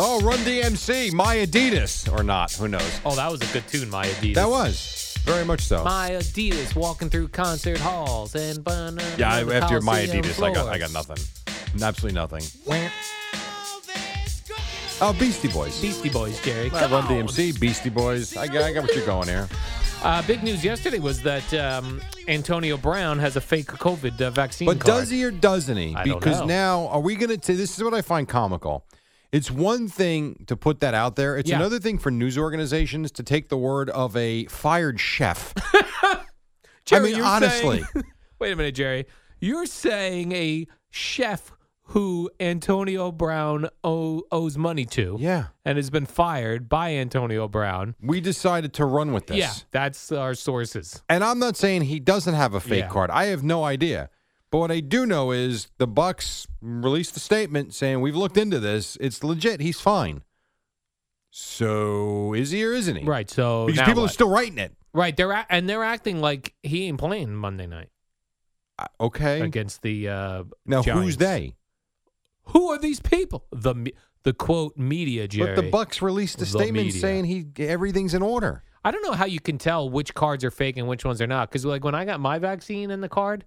S4: Oh, Run DMC, My Adidas, or not? Who knows?
S5: Oh, that was a good tune, My Adidas.
S4: That was very much so.
S5: My Adidas walking through concert halls and
S4: yeah, I, after My Adidas, I got I got nothing, absolutely nothing. Oh, Beastie Boys.
S5: Beastie Boys, Jerry.
S4: Well,
S5: Come
S4: Run
S5: on.
S4: DMC, Beastie Boys. I got, I got what you're going here.
S5: Uh, big news yesterday was that um, Antonio Brown has a fake COVID uh, vaccine.
S4: But
S5: card.
S4: does he or doesn't he?
S5: I don't
S4: because
S5: know.
S4: now, are we going to? This is what I find comical. It's one thing to put that out there. It's
S5: Yeah.
S4: another thing for news organizations to take the word of a fired chef.
S5: Jerry,
S4: mean,
S5: you're
S4: honestly.
S5: saying- wait a minute, Jerry. You're saying a chef who Antonio Brown owe, owes money to
S4: yeah,
S5: and has been fired by Antonio Brown.
S4: we decided to run with this.
S5: Yeah, that's our sources.
S4: And I'm not saying he doesn't have a fake
S5: Yeah.
S4: card. I have no idea. But what I do know is the Bucks released a statement saying we've looked into this. It's legit. He's fine. So is he or isn't he?
S5: Right. So
S4: Because
S5: now
S4: people
S5: what?
S4: are still writing it.
S5: right. They're a- and they're acting like he ain't playing Monday night
S4: Uh, Okay.
S5: against the. Uh,
S4: Now
S5: Giants.
S4: who's they?
S5: Who are these people? The me- the quote media, Jerry.
S4: But the Bucks released a
S5: The
S4: statement
S5: media.
S4: saying he everything's in order.
S5: I don't know how you can tell which cards are fake and which ones are not. Because like when I got my vaccine and the card,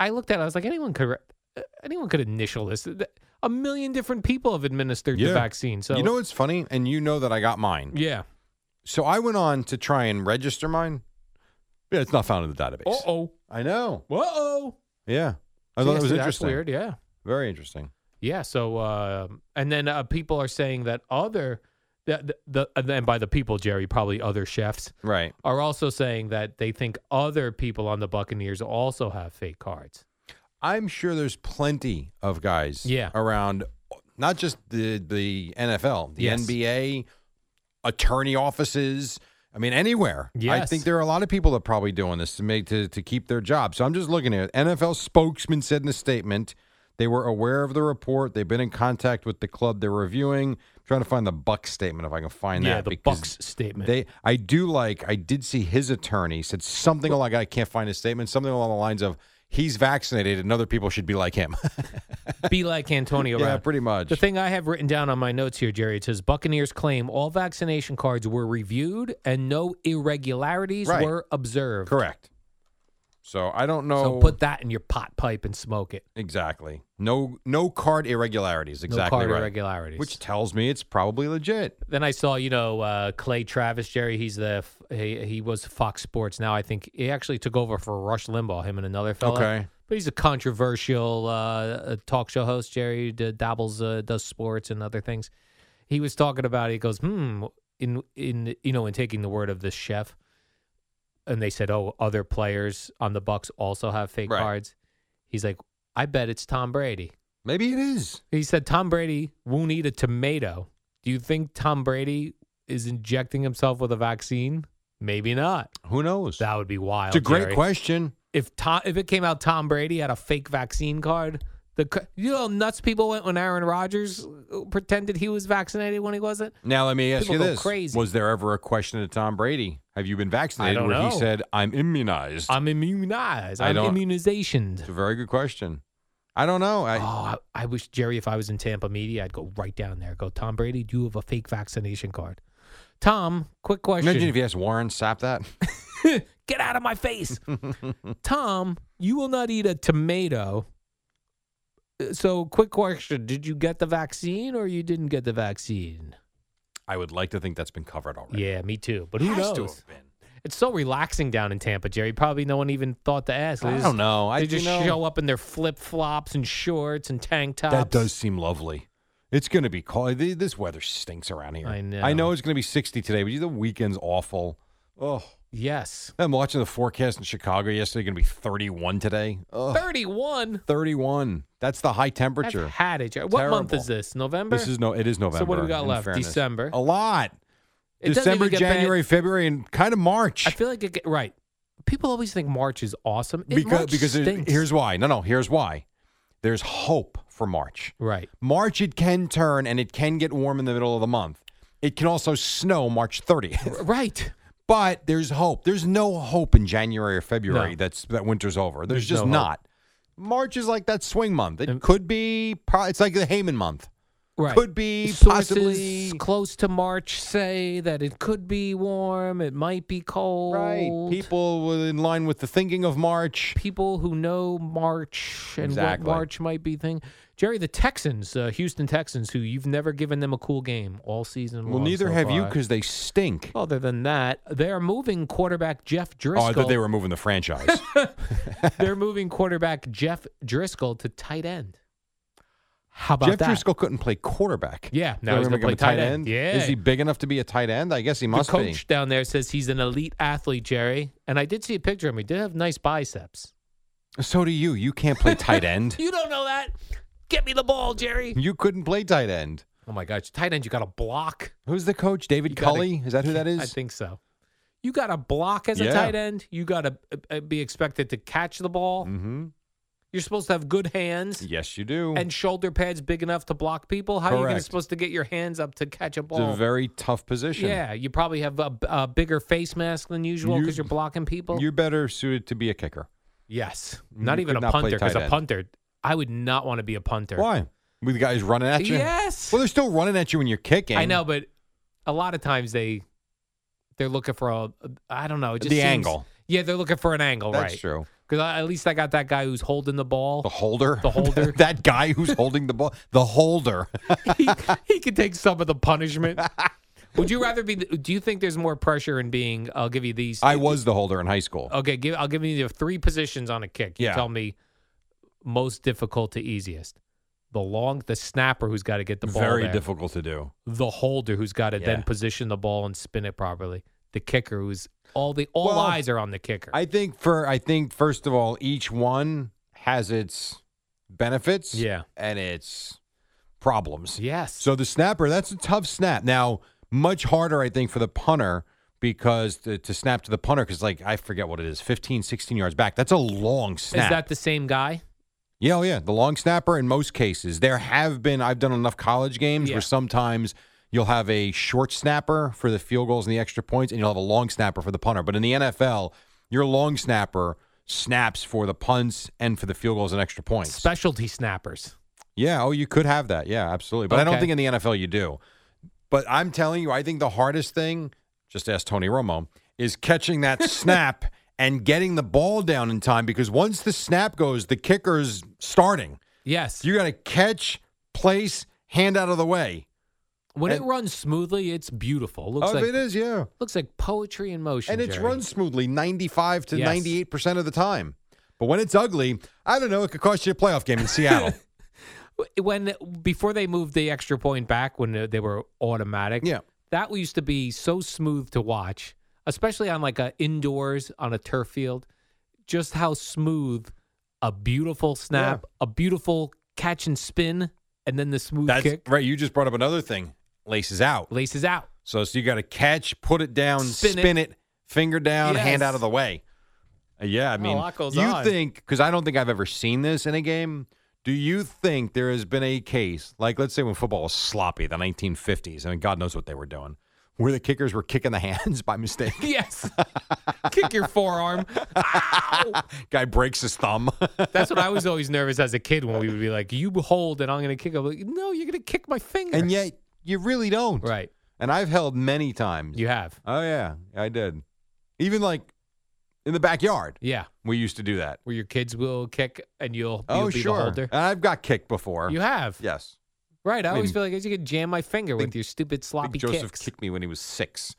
S5: I looked at it. I was like, anyone could uh, anyone could initial this. Th- A million different people have administered the vaccine. So
S4: you know what's funny, and you know that I got mine.
S5: yeah.
S4: So I went on to try and register mine. Yeah, it's not found in the database.
S5: Uh oh.
S4: I know.
S5: Uh oh.
S4: Yeah, I thought it was interesting.
S5: That's weird. Yeah.
S4: Very interesting.
S5: Yeah. So uh, and then uh, people are saying that other the the, the and by the people, Jerry, probably other chefs
S4: Right.
S5: are also saying that they think other people on the Buccaneers also have fake cards.
S4: I'm sure there's plenty of guys
S5: Yeah.
S4: around not just the the NFL, the
S5: Yes.
S4: NBA, attorney offices. I mean, anywhere. I
S5: Yes.
S4: think there are a lot of people that are probably doing this to make to, to keep their job. So I'm just looking at it. NFL spokesman said in a statement they were aware of the report. They've been in contact with the club they're reviewing. I'm trying to find the Bucks statement if I can find
S5: yeah.
S4: that.
S5: The
S4: because
S5: Bucks statement.
S4: They, I do like. I did see his attorney said something like, "I can't find his statement." Something along the lines of, "He's vaccinated, and other people should be like him."
S5: be like Antonio
S4: yeah,
S5: Brown.
S4: pretty much.
S5: The thing I have written down on my notes here, Jerry, it says Buccaneers claim all vaccination cards were reviewed and no irregularities
S4: Right.
S5: were observed.
S4: Correct. So I don't know
S5: So put that in your pot pipe and smoke it.
S4: exactly. No, no card irregularities.
S5: No
S4: Exactly
S5: card
S4: right.
S5: irregularities.
S4: Which tells me it's probably legit.
S5: then I saw, you know, uh, Clay Travis, Jerry. He's the f- he, he was Fox Sports. Now I think he actually took over for Rush Limbaugh, him and another fellow.
S4: Okay.
S5: But he's a controversial uh, talk show host, Jerry. who d- Dabbles, uh, does sports and other things. He was talking about. He goes, hmm, in in you know, in taking the word of this chef, and they said, oh, other players on the Bucks also have fake
S4: Right.
S5: cards. He's like, I bet it's Tom Brady.
S4: Maybe it is.
S5: He said Tom Brady won't eat a tomato. Do you think Tom Brady is injecting himself with a vaccine? Maybe not.
S4: Who knows?
S5: That would be wild.
S4: it's a great
S5: Jerry.
S4: question.
S5: If Tom, if it came out Tom Brady had a fake vaccine card, the c- you know how nuts people went when Aaron Rodgers uh, pretended he was vaccinated when he wasn't.
S4: Now let me ask
S5: People
S4: you
S5: go
S4: this:
S5: crazy.
S4: Was there ever a question to Tom Brady? Have you been vaccinated?
S5: don't
S4: where he
S5: know.
S4: said, "I'm immunized."
S5: I'm immunized.
S4: I
S5: I'm
S4: don't-
S5: immunizationed.
S4: It's a very good question. I don't know. I,
S5: oh, I, I wish Jerry, if I was in Tampa media, I'd go right down there. Go, Tom Brady, do you have a fake vaccination card? Tom, quick question.
S4: Imagine if you asked Warren Sapp that.
S5: Get out of my face. Tom, you will not eat a tomato. Uh, So, quick question Did you get the vaccine or you didn't get the vaccine?
S4: I would like to think that's been covered already.
S5: Yeah, me too. But who
S4: Has to
S5: knows?
S4: have been.
S5: It's so relaxing down in Tampa, Jerry. Probably no one even thought to ask. They
S4: I
S5: just-
S4: don't know. I
S5: They
S4: do
S5: just
S4: know-
S5: show up in their flip flops and shorts and tank tops.
S4: That does seem lovely. It's going to be cold. This weather stinks around here.
S5: I know.
S4: I know it's going to be 60 today, but the weekend's awful. Oh.
S5: Yes.
S4: I'm watching the forecast in Chicago yesterday. Going to be 31 today. Ugh,
S5: 31.
S4: 31. That's the high
S5: I've
S4: temperature.
S5: had it. Jerry. What month
S4: Terrible.
S5: is this? November?
S4: This is no. It is November.
S5: So what do we got
S4: in
S5: left?
S4: fairness.
S5: December.
S4: A lot.
S5: It doesn't
S4: December,
S5: even get bad.
S4: January, February, and kind of March.
S5: I feel like it get, right. People always think March is awesome. It,
S4: because
S5: March
S4: because there-
S5: stinks.
S4: here's why. No, no. Here's why. There's hope for March.
S5: right.
S4: March it can turn and it can get warm in the middle of the month. It can also snow March 30th.
S5: Right.
S4: But there's hope. There's no hope in January or February
S5: No.
S4: that's that winter's over. There's,
S5: There's
S4: just
S5: no hope.
S4: not. March is like that swing month. It
S5: And-
S4: could be. pro- It's like the Heyman month.
S5: Right.
S4: Could be
S5: Sources
S4: possibly.
S5: close to March say that it could be warm, it might be cold.
S4: Right. People were in line with the thinking of March.
S5: people who know March and
S4: Exactly.
S5: what March might be thing. Jerry, the Texans, uh, Houston Texans, who you've never given them a cool game all season.
S4: Well,
S5: long
S4: neither
S5: so
S4: have you
S5: far.
S4: because they stink.
S5: other than that, they are moving quarterback Jeff
S4: Oh,
S5: Driscoll.
S4: I thought they were moving the franchise.
S5: are moving quarterback Jeff Driscoll to tight end. How about
S4: Jeff
S5: that?
S4: Driscoll couldn't play quarterback.
S5: Yeah,
S4: They
S5: now
S4: were
S5: he's
S4: gonna
S5: gonna
S4: make
S5: play
S4: him a
S5: tight end. Yeah.
S4: Is he big enough to be a tight end? I guess he
S5: the
S4: must be.
S5: coach down there says he's an elite athlete, Jerry. And I did see a picture of him. He did have nice biceps.
S4: So do you. You can't play tight end.
S5: You don't know that. Get me the ball, Jerry.
S4: you couldn't play tight end.
S5: Oh my gosh, tight end, you got to block.
S4: Who's the coach? David
S5: You gotta-
S4: Culley? Is that who that is?
S5: I think so. You got to block as a
S4: Yeah.
S5: tight end. You got to be expected to catch the ball.
S4: Mm-hmm.
S5: You're supposed to have good hands
S4: Yes, you do.
S5: and shoulder pads big enough to block people. How are you gonna
S4: Correct.
S5: supposed to get your hands up to catch a
S4: it's
S5: ball?
S4: a very tough position.
S5: yeah, you probably have a, a bigger face mask than usual because
S4: You-
S5: you, are blocking people.
S4: You're better suited to be a kicker.
S5: yes, not
S4: you
S5: even
S4: could
S5: a
S4: not play
S5: punter because
S4: tight
S5: a
S4: end.
S5: punter, I would not want to be a punter.
S4: Why? With guys running at you?
S5: Yes,
S4: Well, they're still running at you when you're kicking.
S5: I know, but a lot of times they they're looking for a I don't know it just
S4: The
S5: seems-
S4: angle.
S5: Yeah, they're looking for an angle,
S4: That's
S5: right?
S4: true.
S5: Because at least I got that guy who's holding the ball.
S4: The holder.
S5: The holder.
S4: that guy who's holding the ball. The holder.
S5: he, he could take some of the punishment. Would you rather be? the- Do you think there's more pressure in being? I'll give you these.
S4: I was the holder in high school.
S5: okay. Give, I'll give you the three positions on a kick. You
S4: Yeah.
S5: tell me most difficult to easiest. The long, the snapper who's got to get the ball.
S4: Very
S5: there.
S4: difficult to do.
S5: The holder who's got to
S4: Yeah.
S5: then position the ball and spin it properly. The kicker who's all the all
S4: Well,
S5: eyes are on the kicker.
S4: I think for I think first of all, each one has its benefits.
S5: Yeah.
S4: And its problems.
S5: yes.
S4: So the snapper, that's a tough snap. Now, much harder, I think, for the punter because to, to snap to the punter, because, like, I forget what it is 15, 16 yards back. That's a long snap.
S5: is that the same guy?
S4: yeah, oh, yeah. The long snapper in most cases. There have been, I've done enough college games
S5: Yeah.
S4: where sometimes you'll have a short snapper for the field goals and the extra points, and you'll have a long snapper for the punter. But in the NFL, your long snapper snaps for the punts and for the field goals and extra points.
S5: Specialty snappers.
S4: Yeah. Oh, you could have that. Yeah, absolutely. But I don't
S5: Okay.
S4: think in the NFL you do. But I'm telling you, I think the hardest thing, just ask Tony Romo, is catching that snap and getting the ball down in time because once the snap goes, the kicker's starting.
S5: Yes.
S4: You got to catch, place, hand out of the way.
S5: when it
S4: and-
S5: runs smoothly, it's beautiful. Looks
S4: oh,
S5: like
S4: it is, yeah.
S5: Looks like poetry in motion.
S4: And it's
S5: Jerry.
S4: run smoothly 95 to
S5: Yes.
S4: 98% of the time. But when it's ugly, I don't know, it could cost you a playoff game in Seattle.
S5: when before they moved the extra point back when they were automatic.
S4: Yeah.
S5: that used to be so smooth to watch, especially on like a indoors on a turf field. Just how smooth a beautiful snap, a beautiful catch and spin, and then the smooth
S4: That's
S5: kick
S4: right. You just brought up another thing. Laces out.
S5: laces out.
S4: So, so you got to catch, put it down,
S5: Spin
S4: spin,
S5: it.
S4: it. finger down, hand
S5: Yes. Oh,
S4: out of the way. Uh, Yeah, I mean,
S5: lot goes
S4: you
S5: on.
S4: think because I don't think I've ever seen this in a game. Do you think there has been a case like let's say when football was sloppy, the 1950s? I mean, God knows what they were doing, where the kickers were kicking the hands by mistake.
S5: Yes, kick your forearm.
S4: Guy breaks his thumb.
S5: That's what I was always nervous as a kid when we would be like, "You hold," and I'm going to kick. I'm like, no, you're going to kick my finger.
S4: and yet you really don't.
S5: right,
S4: And I've held many times.
S5: you have.
S4: Oh yeah, I did. Even like in the backyard,
S5: Yeah.
S4: we used to do that.
S5: where your kids will kick and you'll,
S4: oh
S5: you'll be the
S4: sure.
S5: holder.
S4: And I've got kicked before.
S5: You have.
S4: Yes.
S5: Right. I,
S4: I
S5: always
S4: mean,
S5: feel like I you could jam my finger with
S4: think-
S5: your stupid
S4: I
S5: sloppy
S4: think Joseph
S5: kicks.
S4: kicked me when he was six.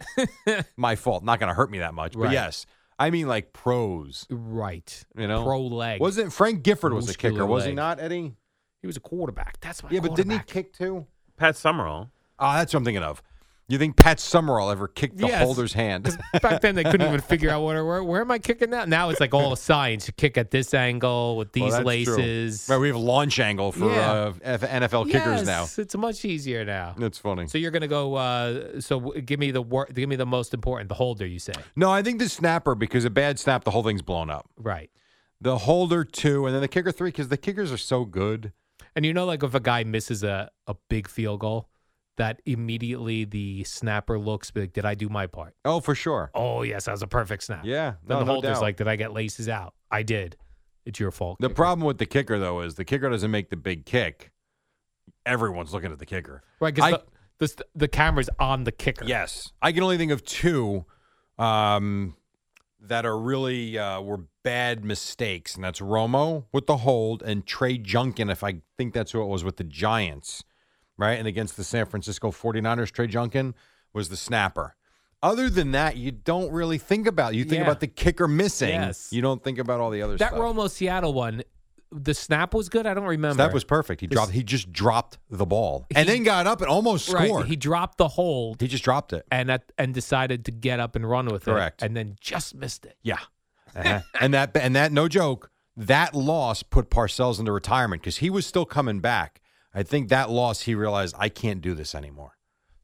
S4: My fault. Not going to hurt me that much. But
S5: Right.
S4: yes, I mean like pros.
S5: Right.
S4: You know,
S5: Pro leg.
S4: Wasn't Frank Gifford was a
S5: Muscular
S4: kicker? Was he
S5: leg.
S4: not, Eddie?
S5: He was a quarterback. That's my
S4: yeah, but didn't he
S5: quarterback.
S4: kick too?
S7: Pat Summerall.
S4: Ah, that's what I'm thinking of. You think Pat Summerall ever kicked the
S5: Yes.
S4: holder's hand?
S5: Back then, they couldn't even figure out where, where, where am I kicking that? Now it's like all science. You kick at this angle with
S4: Well,
S5: these
S4: that's true.
S5: laces.
S4: Right, we have launch angle for
S5: Yeah.
S4: uh, F- NFL kickers now.
S5: Yes, It's much easier now.
S4: That's funny.
S5: So you're gonna go. Uh, so w- give me the wor- give me the most important, the holder. You say
S4: No, I think the snapper because a bad snap, the whole thing's blown up.
S5: right,
S4: The holder two, and then the kicker three because the kickers are so good.
S5: and you know, like if a guy misses a a big field goal, that immediately the snapper looks big. Did I do my part?
S4: Oh, for sure.
S5: Oh yes, that was a perfect snap.
S4: Yeah,
S5: Then
S4: no,
S5: the
S4: no
S5: holder's
S4: doubt.
S5: like, did I get laces out? I did. It's your fault.
S4: The
S5: kicker."
S4: problem with the kicker though is the kicker doesn't make the big kick. Everyone's looking at the kicker.
S5: right? Because
S4: I-
S5: the, the st- the camera's on the kicker.
S4: Yes, I can only think of two um, that are really uh, were bad mistakes, and that's Romo with the hold and Trey Junkin. If I think that's who it was with the Giants, right? And against the San Francisco 49ers, Trey Junkin was the snapper. Other than that, you don't really think about. You think
S5: Yeah.
S4: about the kicker missing.
S5: Yes.
S4: You don't think about all the other
S5: That
S4: stuff.
S5: Romo Seattle one, the snap was good. I don't remember.
S4: that was perfect. He
S5: This-
S4: dropped. He just dropped the ball and
S5: He-
S4: then got up and almost
S5: right.
S4: scored.
S5: He dropped the hold.
S4: he just dropped it.
S5: and at, and decided to get up and run with
S4: Correct.
S5: it, and then just missed it.
S4: Yeah, Uh-huh. and that and that no joke. That loss put Parcells into retirement because he was still coming back. I think that loss he realized I can't do this anymore.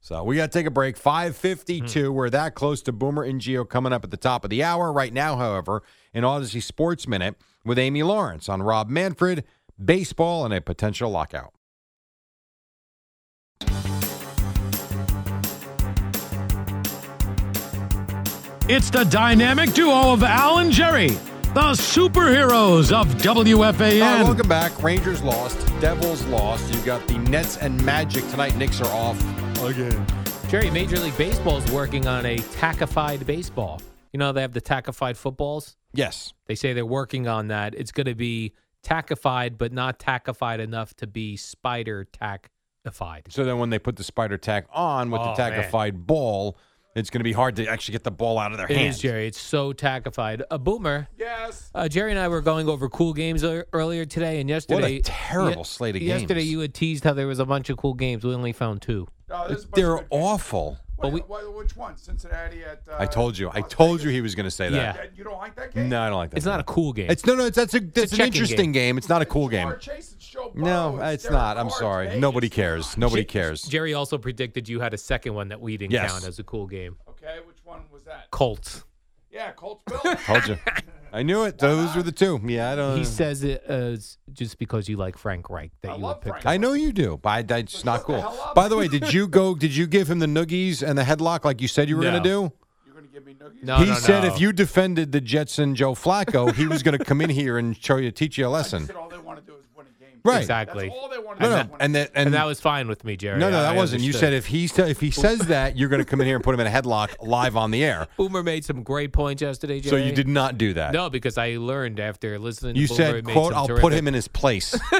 S4: So we got to take a
S5: Mm-hmm.
S4: break. Five fifty-two. We're that close to Boomer and Geo coming up at the top of the hour. Right now, however, an Odyssey Sports Minute with Amy Lawrence on Rob Manfred, baseball, and a potential lockout.
S3: It's the dynamic duo of Al and Jerry, the superheroes of
S4: Uh,
S3: WFAN.
S4: welcome back. Rangers lost. Devils lost. You got the Nets and Magic tonight. Knicks are off again.
S5: Jerry, Major League Baseball is working on a tackified baseball. You know they have the tackified footballs.
S4: Yes.
S5: They say they're working on that. It's going to be tackified, but not tackified enough to be spider tackified.
S4: So then when they put the spider tack on with
S5: Oh,
S4: the
S5: man.
S4: tackified ball, it's going to be hard to actually get the ball out of their
S5: It
S4: hands.
S5: is, Jerry. It's so tackified. A boomer. Yes. Uh, Jerry and I were going over cool games ear- earlier today and yesterday.
S4: terrible slate of games.
S5: Yesterday, you had teased how there was a bunch of cool games. We only found two.
S4: They're awful.
S5: But we,
S8: Which one? Cincinnati at. Uh,
S4: I told you. I told you he was going to say that.
S5: yeah,
S8: you don't like that game?
S4: No, I don't like that.
S5: it's not a cool game.
S4: It's no, no. It's that's a that's an
S5: checking
S4: interesting game.
S5: game.
S4: It's not a cool game.
S8: Chase and Joe
S4: No,
S8: Burrow,
S4: it's
S8: Derek
S4: not. I'm
S8: Carr,
S4: sorry.
S8: Vegas.
S4: Nobody cares. Nobody
S5: J-
S4: cares.
S5: Jerry also predicted you had a second one that we didn't
S4: Yes.
S5: count as a cool game.
S8: Okay, which one was that?
S5: Colts.
S8: Yeah, Colts Bill.
S4: Told you. I knew it. Those were the two. Yeah, I don't.
S5: he says it as just because you like Frank Reich that you would
S8: love
S5: pick.
S8: Frank.
S4: I know you do, but I, that's not cool.
S8: hell up.
S4: By the way, did you go? Did you give him the noogies and the headlock like you said you were going to
S5: No.
S4: do?
S8: You're going to give me noogies?
S5: No,
S4: he
S5: no,
S4: said
S5: no.
S4: if you defended the Jets and Joe Flacco, he was going to come in here and show you, teach you a
S8: He
S4: lesson.
S8: said all they want to do is win a game.
S4: Right.
S5: exactly,
S8: That's all they want to
S4: No,
S8: do
S4: no,
S8: is win a
S4: and that, and,
S5: and that was fine with me, Jerry.
S4: no, no,
S5: I-
S4: that
S5: I
S4: wasn't. You said
S5: understood.
S4: if he sa- if he says that, you're going to come in here and put him in a headlock live on the air.
S5: Boomer made some great points yesterday,
S4: So
S5: Jerry.
S4: you did not do that.
S5: No, because I learned after listening.
S4: you
S5: to Boomer,
S4: said, "quote I'll put him in his place."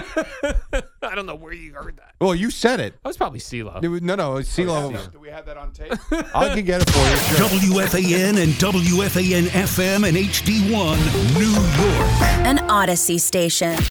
S5: I don't know where you heard that.
S4: well, you said it.
S5: I was probably CeeLo.
S4: It was- No, no, it's
S5: Oh,
S4: CeeLo.
S8: Do we have that on tape?
S4: I can get it for you. Sure.
S1: WFAN and WFAN FM and HD1 New York.
S9: An Odyssey station.